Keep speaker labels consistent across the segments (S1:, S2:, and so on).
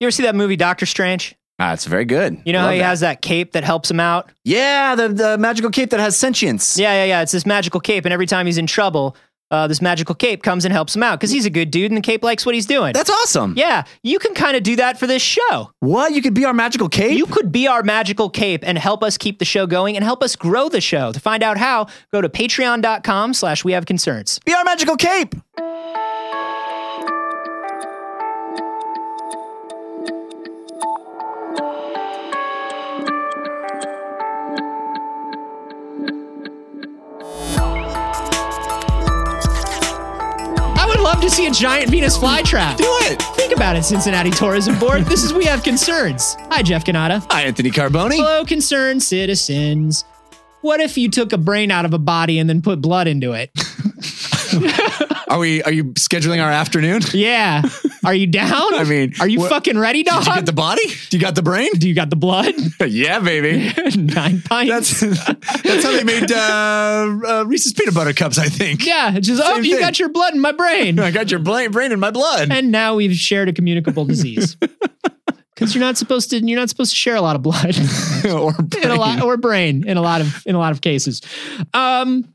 S1: You ever see that movie Doctor Strange?
S2: Ah, it's very good.
S1: You know
S2: Love
S1: how he
S2: that.
S1: has that cape that helps him out?
S2: Yeah, the, the magical cape that has sentience.
S1: Yeah, yeah, yeah. It's this magical cape, and every time he's in trouble, uh, this magical cape comes and helps him out because he's a good dude, and the cape likes what he's doing.
S2: That's awesome.
S1: yeah, you can kind of do that for this show.
S2: What? You could be our magical cape?
S1: You could be our magical cape and help us keep the show going and help us grow the show. To find out how, go to patreon.com slash we have concerns.
S2: be our magical cape.
S1: I would love to see a giant Venus flytrap.
S2: Do it.
S1: Think about it, Cincinnati Tourism Board. This is We Have Concerns. Hi, Jeff Canada.
S2: Hi, Anthony Carboni.
S1: Hello, concerned citizens. What if you took a brain out of a body and then put blood into it?
S2: Are we? Are you scheduling our afternoon? Do
S1: Yeah. Are you down?
S2: I mean,
S1: are you
S2: what-
S1: fucking ready, dog?
S2: you get the body? Do you got the brain?
S1: Do you got the blood?
S2: yeah, baby.
S1: Nine pints.
S2: That's that's how they made uh, uh, Reese's peanut butter cups. I think.
S1: yeah. It's Just, oh,
S2: Same
S1: you
S2: thing.
S1: got your blood in my brain.
S2: I got your brain, brain in my blood.
S1: and now we've shared a communicable disease. Because you're not supposed to, you're not supposed to share a lot of blood
S2: or
S1: in a lot or brain in a lot of in a lot of cases. Um,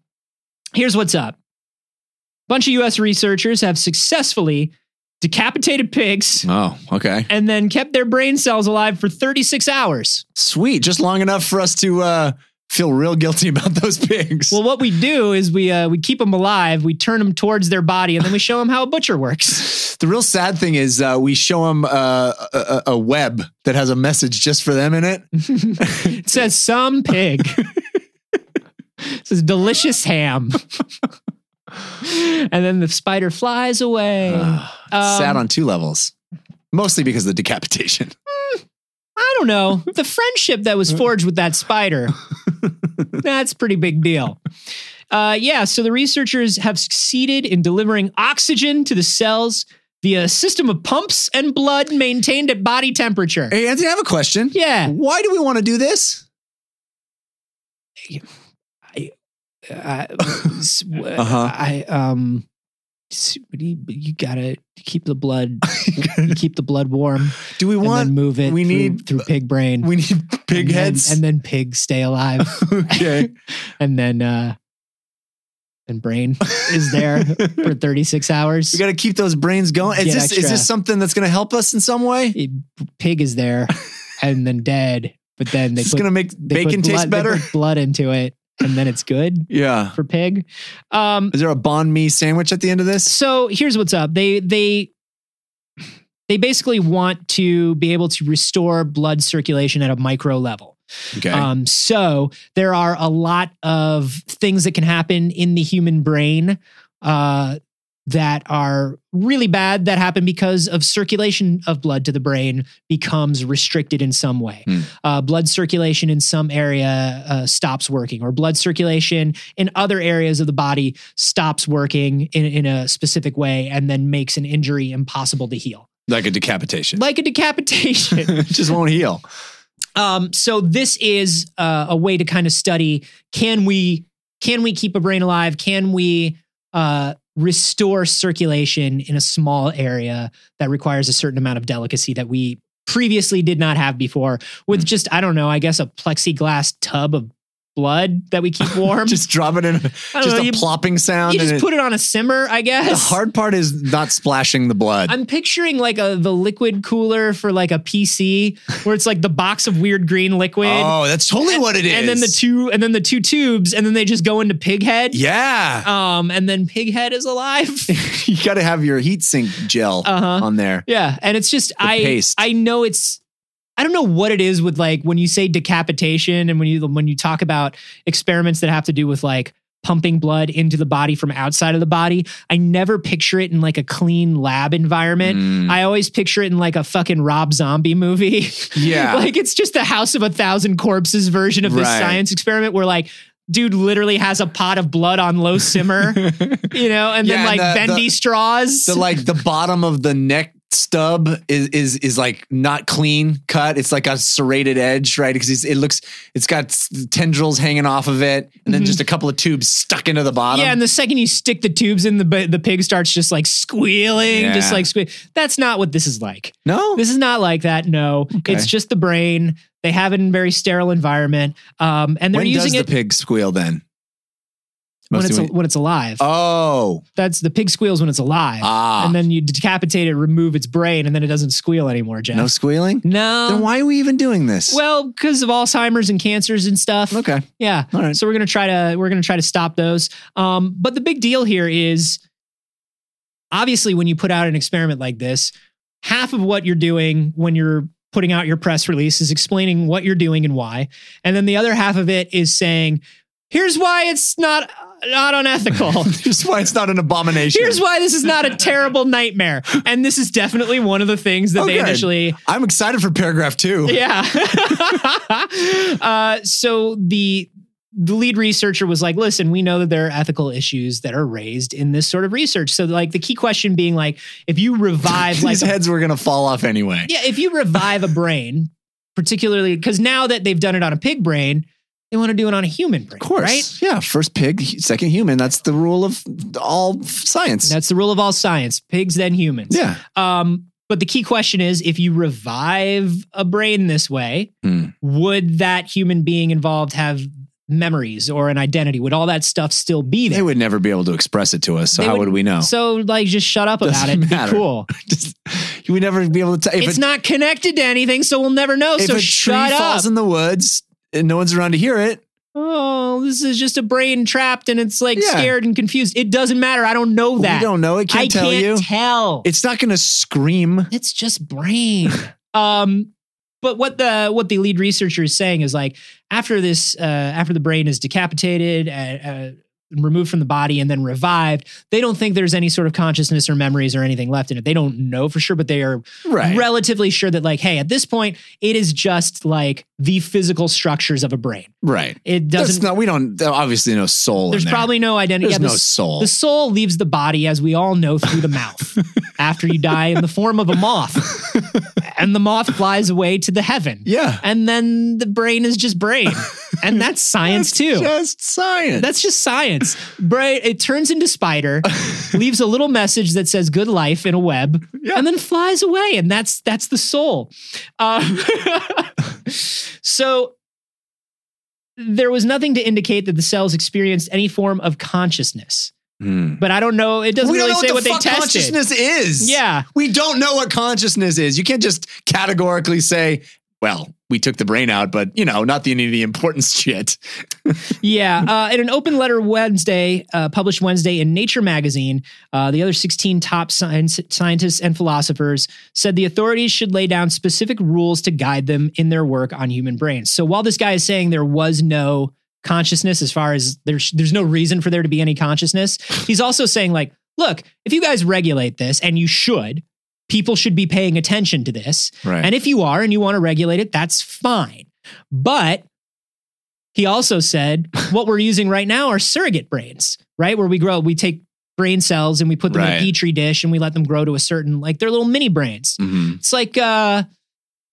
S1: here's what's up: bunch of U.S. researchers have successfully decapitated pigs
S2: Oh, okay.
S1: and then kept their brain cells alive for 36 hours.
S2: Sweet. Just long enough for us to uh, feel real guilty about those pigs.
S1: Well, what we do is we uh, we keep them alive, we turn them towards their body, and then we show them how a butcher works.
S2: the real sad thing is uh, we show them uh, a, a, a web that has a message just for them in it.
S1: It says some pig. it says delicious ham. and then the spider flies away.
S2: sad
S1: Um,
S2: on two levels, mostly because of the decapitation.
S1: I don't know. The friendship that was forged with that spider. That's a pretty big deal. Uh, yeah, so the researchers have succeeded in delivering oxygen to the cells via a system of pumps and blood maintained at body temperature.
S2: Hey, Anthony, I have a question.
S1: Yeah.
S2: Why do we want to do this?
S1: uh, s-
S2: Uh-huh.
S1: I um, s- what do you, you gotta keep the blood, you keep the blood warm,
S2: Do we
S1: and
S2: want?
S1: then move it.
S2: we
S1: through,
S2: need-
S1: through pig brain,
S2: we need pig
S1: and then-
S2: heads.
S1: and then pigs stay alive,
S2: okay.
S1: and then uh, and brain is there for thirty six hours.
S2: We got to keep those brains going. Is
S1: Get
S2: this is
S1: extra.
S2: this something that's going to help us in some way?
S1: It- pig is there, and then dead, but then they
S2: It's
S1: put
S2: going to make
S1: they
S2: bacon
S1: put
S2: taste
S1: blood, they
S2: better.
S1: put blood into it, and then it's good
S2: yeah.
S1: for pig. Um,
S2: Is there a banh mi sandwich at the end of this?
S1: so here's what's up they they they basically want to be able to restore blood circulation at a micro level
S2: Okay.
S1: um, so there are a lot of things that can happen in the human brain uh, that are really bad that happen because of circulation of blood to the brain becomes restricted in some way.
S2: Hmm.
S1: Uh, blood circulation in some area uh, stops working, or blood circulation in other areas of the body stops working in, in a specific way and then makes an injury impossible to heal,
S2: like a decapitation.
S1: like a decapitation.
S2: just won't heal.
S1: Um, so this is uh, a way to kind of study: can we can we keep a brain alive? Can we uh, restore circulation in a small area that requires a certain amount of delicacy that we previously did not have before? With
S2: Hmm.
S1: just I don't know, I guess a plexiglass tub of blood that we keep warm.
S2: Just drop it in. a-
S1: I don't
S2: Just
S1: know,
S2: a
S1: you,
S2: plopping sound.
S1: you
S2: and
S1: just
S2: it-
S1: put it on a simmer, I guess.
S2: the hard part is not splashing the blood.
S1: I'm picturing like a the liquid cooler for like a PC where it's like the box of weird green liquid.
S2: oh, that's totally what it is.
S1: and then the two and then the two tubes and then they just go into pighead
S2: Yeah.
S1: um and then pighead is alive
S2: you got to have your heat sink gel
S1: uh-huh
S2: on there.
S1: yeah and it's just i
S2: paste.
S1: i know it's i don't know what it is with like when you say decapitation and when you when you talk about experiments that have to do with like pumping blood into the body from outside of the body i never picture it in like a clean lab environment
S2: Mm.
S1: I always picture it in like a fucking Rob Zombie movie.
S2: Yeah.
S1: like it's just the House of a Thousand Corpses version of this
S2: Right.
S1: science experiment where like dude literally has a pot of blood on low simmer, you know, and
S2: Yeah,
S1: then
S2: and
S1: like
S2: the-
S1: bendy straws.
S2: the like the bottom of the neck stub is is is like not clean cut. It's like a serrated edge, right? Because it looks it's got s- tendrils hanging off of it, and then
S1: Mhm.
S2: just a couple of tubes stuck into the bottom.
S1: Yeah, and the second you stick the tubes in, the bu- the pig starts just like squealing, just
S2: Yeah.
S1: like squeal. That's not what this is like.
S2: no,
S1: This is not like that. No,
S2: Okay.
S1: it's just the brain. They have it in a very sterile environment, um, and they're
S2: when
S1: using
S2: does
S1: it
S2: the pig squeal then?
S1: when
S2: Mostly
S1: it's
S2: when-
S1: when it's alive.
S2: oh
S1: That's the pig squeals when it's alive,
S2: ah
S1: and then you decapitate it, remove its brain, and then it doesn't squeal anymore, Jeff.
S2: no squealing.
S1: No.
S2: then why are we even doing this?
S1: Well, because of Alzheimer's and cancers and stuff.
S2: okay,
S1: Yeah.
S2: all right.
S1: So we're gonna try to we're gonna try to stop those. Um, but the big deal here is obviously when you put out an experiment like this, half of what you're doing when you're putting out your press release is explaining what you're doing and why, and then the other half of it is saying, "Here's why it's not not unethical."
S2: Here's why it's not an abomination.
S1: Here's why this is not a terrible nightmare. And this is definitely one of the things that
S2: Oh,
S1: they
S2: good.
S1: initially
S2: I'm excited for paragraph two.
S1: yeah. uh, so the the lead researcher was like, "Listen, we know that there are ethical issues that are raised in this sort of research. So, like, the key question being like, if you revive like
S2: These heads were gonna fall off anyway.
S1: yeah, if you revive a brain, particularly because now that they've done it on a pig brain, they want to do it on a human brain,
S2: Of course.
S1: right?
S2: Yeah. First pig, second human. That's the rule of all science.
S1: That's the rule of all science: pigs then humans.
S2: yeah.
S1: Um, but the key question is if you revive a brain this way,
S2: Hmm.
S1: would that human being involved have memories or an identity? Would all that stuff still be
S2: They
S1: there?
S2: would never be able to express it to us. So
S1: They
S2: how
S1: would-
S2: would, we know?
S1: So, like, just shut up about
S2: Doesn't
S1: it.
S2: matter.
S1: Be cool.
S2: Just, you would never be able to tell. If,
S1: it's
S2: a,
S1: not connected to anything, so we'll never know.
S2: if
S1: So
S2: a tree
S1: shut up.
S2: falls in the woods and no one's around to hear it,
S1: oh, this is just a brain trapped and it's like
S2: Yeah.
S1: scared and confused. It doesn't matter. I don't know that.
S2: we don't know. It can't
S1: I
S2: tell
S1: can't
S2: you.
S1: tell.
S2: it's not going to scream.
S1: it's just brain. um, but what the what the lead researcher is saying is like after this, uh, after the brain is decapitated, uh, uh, removed from the body, and then revived, they don't think there's any sort of consciousness or memories or anything left in it. They don't know for sure, but they are
S2: Right.
S1: relatively sure that like, hey, at this point, it is just like the physical structures of a brain.
S2: right.
S1: It
S2: That's
S1: doesn't.
S2: not, we don't, there obviously no soul. in
S1: there's
S2: there.
S1: probably no identity.
S2: there's
S1: yeah,
S2: no
S1: the s-
S2: soul.
S1: the soul leaves the body, as we all know, through the mouth after you die in the form of a moth. And the moth flies away to the heaven.
S2: yeah.
S1: And then the brain is just brain. And that's science
S2: That's
S1: too.
S2: Just science.
S1: that's just science. Brain, it turns into spider, leaves a little message that says good life in a web,
S2: Yeah.
S1: and then flies away. And that's that's the soul. Um, so there was nothing to indicate that the cells experienced any form of consciousness
S2: Hmm.
S1: but I don't know. It doesn't
S2: we don't
S1: really
S2: know
S1: say what,
S2: what, the
S1: they
S2: fuck
S1: tested.
S2: consciousness is.
S1: Yeah,
S2: We don't know what consciousness is. You can't just categorically say, well, we took the brain out, but you know, not the any of the important shit.
S1: yeah. Uh, in an open letter Wednesday, uh, published Wednesday in Nature magazine, uh, the other 16 top science, scientists and philosophers said the authorities should lay down specific rules to guide them in their work on human brains. So while this guy is saying there was no consciousness, as far as there's there's no reason for there to be any consciousness, he's also saying like, look, if you guys regulate this, and you should, people should be paying attention to this.
S2: Right.
S1: And if you are and you want to regulate it, that's fine. But he also said what we're using right now are surrogate brains, right? Where we grow, we take brain cells and we put them in a
S2: Right.
S1: petri dish and we let them grow to a certain like they're little mini brains. It's like uh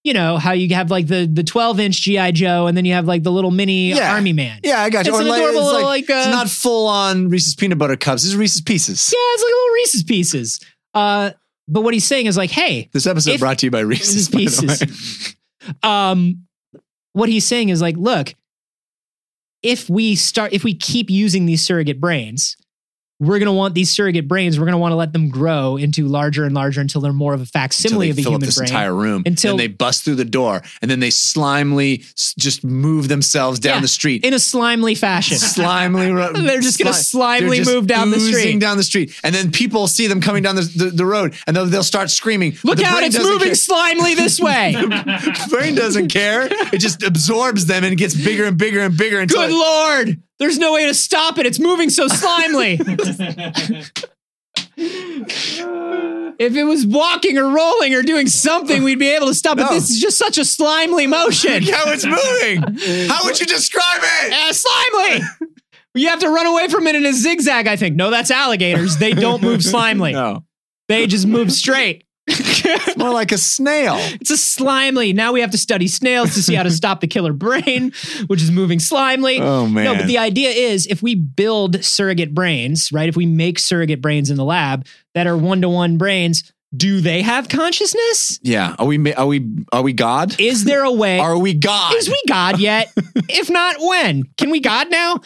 S1: you know how you have like the the 12 inch GI Joe and then you have like the little mini
S2: Yeah.
S1: army man.
S2: Yeah, I got
S1: It's
S2: you. Or
S1: an
S2: like-
S1: adorable
S2: it's,
S1: little
S2: like-
S1: like, uh,
S2: it's not full on Reese's peanut butter cups. It's Reese's pieces.
S1: yeah, it's like little Reese's pieces. Uh but what he's saying is like, hey,
S2: This episode
S1: If-
S2: brought to you by Reese's
S1: Reese's
S2: by the way.
S1: Pieces. um, what he's saying is like, look, if we start, if we keep using these surrogate brains, we're gonna want these surrogate brains. We're gonna want to let them grow into larger and larger until they're more of a
S2: Until
S1: facsimile
S2: they
S1: of a
S2: fill up
S1: human
S2: this
S1: brain.
S2: entire room,
S1: Until-
S2: and they bust through the door, and then they slimely s- just move themselves down
S1: Yeah.
S2: the street
S1: in a slimely fashion.
S2: Slimely, ro-
S1: They're just gonna slimely
S2: they're just
S1: move down the
S2: oozing
S1: street.
S2: down the street, and then people see them coming down the, the, the road, and they'll, they'll start screaming. but
S1: Look
S2: the
S1: out,
S2: brain
S1: it's
S2: doesn't
S1: moving slimely this way.
S2: Care. brain doesn't care; it just absorbs them and gets bigger and bigger and bigger until
S1: Good
S2: it-
S1: lord! There's no way to stop it. It's moving so slimely. if it was walking or rolling or doing something, we'd be able to stop. But
S2: No.
S1: this is just such a slimely motion.
S2: how it's moving. How would you describe it?
S1: Uh, slimely. You have to run away from it in a zigzag. I think. No, that's alligators. They don't move slimely.
S2: No.
S1: They just move straight.
S2: It's more like a snail.
S1: It's a slimely. Now we have to study snails to see how to stop the killer brain, which is moving slimely.
S2: Oh man.
S1: No, but the idea is if we build surrogate brains, right? If we make surrogate brains in the lab that are one to one brains, do they have consciousness?
S2: yeah. Are we? ma- Are we? Are we God?
S1: Is there a way?
S2: Are we God?
S1: is we God yet? if not, when? Can we God now?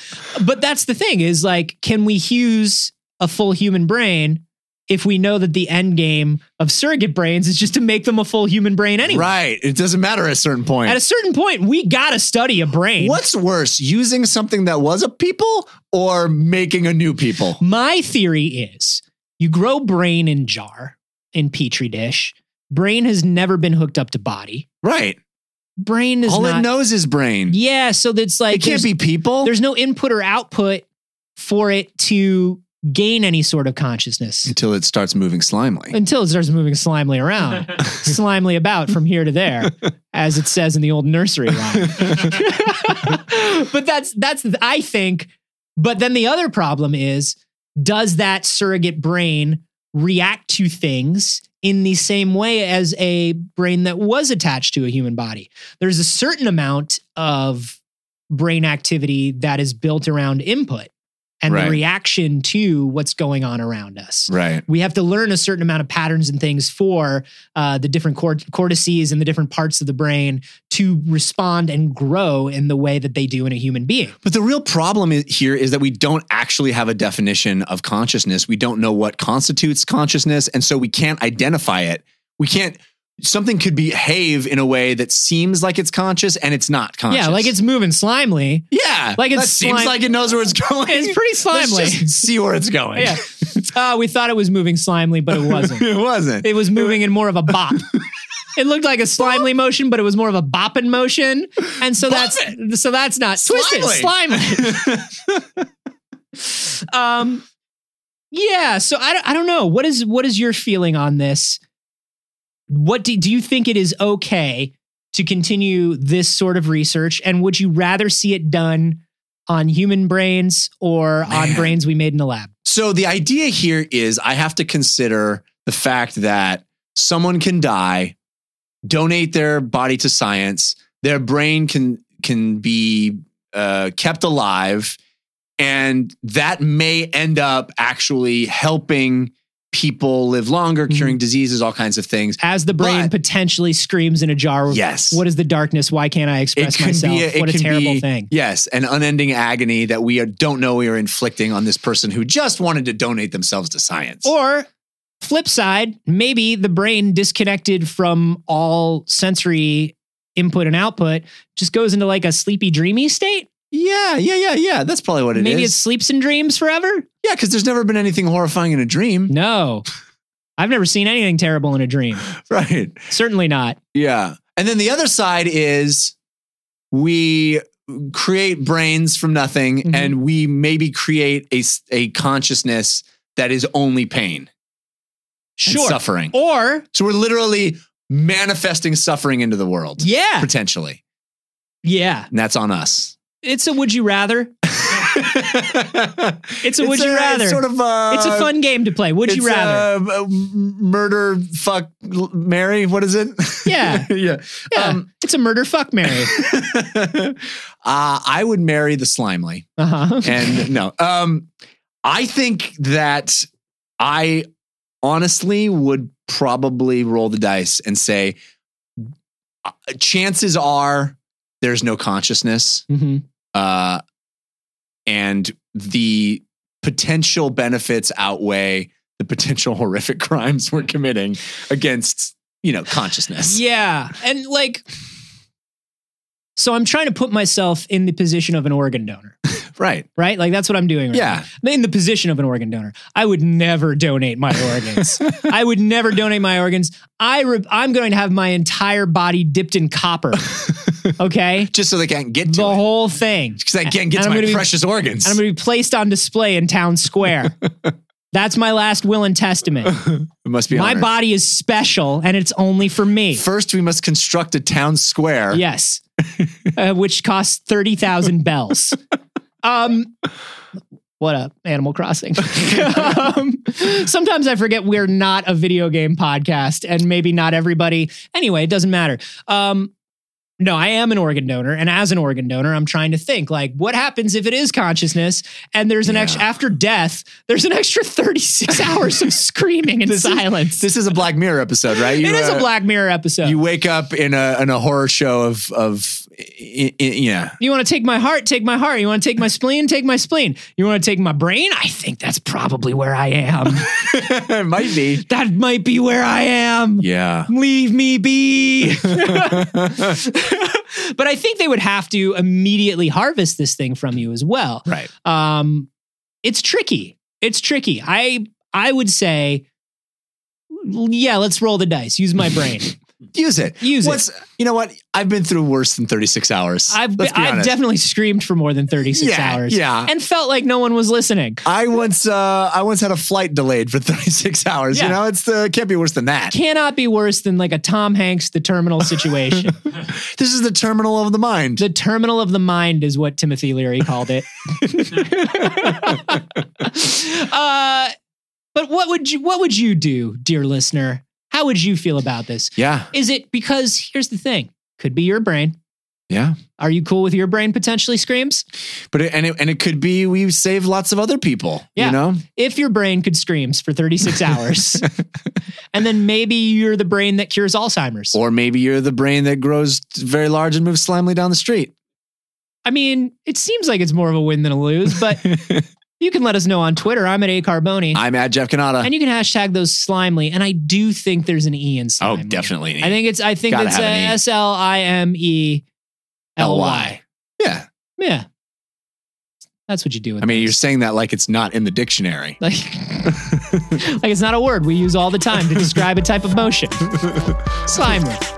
S1: But that's the thing is like, can we use a full human brain if we know that the end game of surrogate brains is just to make them a full human brain anyway?
S2: Right. It doesn't matter at a certain point.
S1: At a certain point, we gotta study a brain.
S2: What's worse, using something that was a people or making a new people?
S1: My theory is you grow brain in jar in petri dish. Brain has never been hooked up to body.
S2: Right.
S1: Brain is
S2: All
S1: not.
S2: it knows is brain.
S1: yeah, so that's like
S2: it can't
S1: there's-
S2: be people.
S1: There's no input or output for it to gain any sort of consciousness
S2: until it starts moving slimely.
S1: until it starts moving slimely around, slimely about from here to there, as it says in the old nursery rhyme. but that's that's I think. But then the other problem is, does that surrogate brain react to things in the same way as a brain that was attached to a human body? There's a certain amount of brain activity that is built around input and
S2: Right.
S1: the reaction to what's going on around us
S2: right.
S1: we have to learn a certain amount of patterns and things for uh, the different cort- cortices and the different parts of the brain to respond and grow in the way that they do in a human being.
S2: But the real problem i- here is that we don't actually have a definition of consciousness. We don't know what constitutes consciousness, and so we can't identify it. We can't. Something could behave in a way that seems like it's conscious and it's not conscious.
S1: Yeah, like it's moving slimely.
S2: yeah,
S1: like it's
S2: that seems
S1: slime-
S2: like it knows where it's going.
S1: It's pretty
S2: Let's
S1: slimely.
S2: just see where it's going.
S1: yeah. Uh, we thought it was moving slimely, but it wasn't.
S2: it wasn't.
S1: It was moving in more of a bop. It looked like a slimely motion, but it was more of a bopping motion, and so
S2: Bop
S1: that's so that's not twisted
S2: Slimely.
S1: slimely. um, yeah. So I, don't- I don't know what is what is your feeling on this? What do do you think it is okay to continue this sort of research, and would you rather see it done on human brains or on
S2: Man.
S1: brains we made in a lab?
S2: So the idea here is I have to consider the fact that someone can die, donate their body to science, their brain can can be uh, kept alive, and that may end up actually helping people live longer,
S1: Mhm.
S2: curing diseases, all kinds of things.
S1: As the brain
S2: But-
S1: potentially screams in a jar of
S2: Yes.
S1: What is the darkness? Why can't I express
S2: can
S1: myself?
S2: be a- it
S1: what a
S2: can
S1: terrible
S2: be-
S1: thing.
S2: Yes, an unending agony that we are, don't know we are inflicting on this person who just wanted to donate themselves to science.
S1: Or flip side, maybe the brain disconnected from all sensory input and output just goes into like a sleepy dreamy state.
S2: yeah, yeah, yeah, yeah. That's probably what it is.
S1: maybe it sleeps and dreams forever?
S2: Yeah, because there's never been anything horrifying in a dream.
S1: No. I've never seen anything terrible in a dream.
S2: Right.
S1: Certainly not.
S2: Yeah. And then the other side is we create brains from nothing
S1: Mhm.
S2: and we maybe create a, s- a consciousness that is only pain and
S1: Sure.
S2: suffering.
S1: Or
S2: So we're literally manifesting suffering into the world,
S1: yeah.
S2: potentially.
S1: Yeah.
S2: And that's on us.
S1: It's a would you rather. It's a would you rather.
S2: It's sort of uh,
S1: it's a fun game to play. Would you
S2: it's,
S1: rather?
S2: uh, m- murder, fuck, l- marry? What is it?
S1: Yeah.
S2: yeah.
S1: yeah.
S2: um,
S1: it's a murder fuck Mary.
S2: uh, I would marry the Slimely.
S1: Uh-huh.
S2: And no, um, I think that I honestly would probably roll the dice and say, uh, chances are there's no consciousness.
S1: Mhm.
S2: Uh, and the potential benefits outweigh the potential horrific crimes we're committing against, you know, consciousness.
S1: Yeah. And like, so I'm trying to put myself in the position of an organ donor,
S2: Right.
S1: right? Like, that's what I'm doing right
S2: Yeah.
S1: now. I'm in the position of an organ donor. I would never donate my organs. I would never donate my organs. I re- I'm going to have my entire body dipped in copper. Okay.
S2: Just so they can't get to
S1: the
S2: it.
S1: whole thing.
S2: because I can't get
S1: And
S2: to
S1: I'm
S2: my
S1: gonna be-
S2: precious organs.
S1: And I'm going to be placed on display in town square. That's my last will and testament.
S2: it must be
S1: My
S2: honored.
S1: body is special and it's only for me.
S2: First, we must construct a town square.
S1: Yes, uh, which costs thirty thousand bells. Um, What up, Animal Crossing? um, sometimes I forget we're not a video game podcast, and maybe not everybody. Anyway, it doesn't matter. Um, no, I am an organ donor, and as an organ donor, I'm trying to think like what happens if it is consciousness, and there's an
S2: Yeah.
S1: extra after death, there's an extra 36 hours of screaming and
S2: This is-
S1: silence.
S2: This is a Black Mirror episode, right?
S1: it is a
S2: uh,
S1: Black Mirror episode.
S2: You
S1: You,
S2: wake up in a in a horror show of of i- i- yeah.
S1: want to take my heart? Take my heart. You want to take my spleen? Take my spleen. You want to take my brain? I think that's probably where I am.
S2: it might be.
S1: that might be where I am.
S2: Yeah.
S1: Leave me be. but I think they would have to immediately harvest this thing from you as well.
S2: Right.
S1: Um, it's tricky. It's tricky. I I would say, yeah, let's roll the dice. Use my brain.
S2: Use it.
S1: Use it.
S2: What's you know what? I've been through worse than 36 hours.
S1: I've
S2: Let's be
S1: I've
S2: honest.
S1: definitely screamed for more than 36
S2: yeah,
S1: hours
S2: Yeah.
S1: and felt like no one was listening.
S2: I once uh I once had a flight delayed for 36 hours.
S1: Yeah.
S2: You know, it's the can't be worse than that.
S1: Cannot be worse than like a Tom Hanks the terminal situation.
S2: This is the terminal of the mind.
S1: the terminal of the mind is what Timothy Leary called it. uh, but what would you what would you do, dear listener? How would you feel about this?
S2: Yeah.
S1: Is it because here's the thing, could be your brain.
S2: Yeah.
S1: Are you cool with your brain potentially screams?
S2: But it, and it and it could be we save lots of other people,
S1: Yeah.
S2: you know?
S1: If your brain could screams for 36 hours, and then maybe you're the brain that cures Alzheimer's.
S2: Or maybe you're the brain that grows very large and moves slimely down the street.
S1: I mean, it seems like it's more of a win than a lose, but you can let us know on Twitter. I'm at A Carboni.
S2: I'm at Jeff Canada.
S1: and you can hashtag those slimely. And I do think there's an E in
S2: Oh,
S1: slimely.
S2: definitely.
S1: I think it's I think
S2: Gotta
S1: it's uh,
S2: have an E.
S1: S L I M E L Y.
S2: Yeah.
S1: Yeah, that's what you do. With
S2: I mean, you're
S1: those.
S2: saying that like it's not in the dictionary.
S1: like, like it's not a word we use all the time to describe a type of motion. Slimely.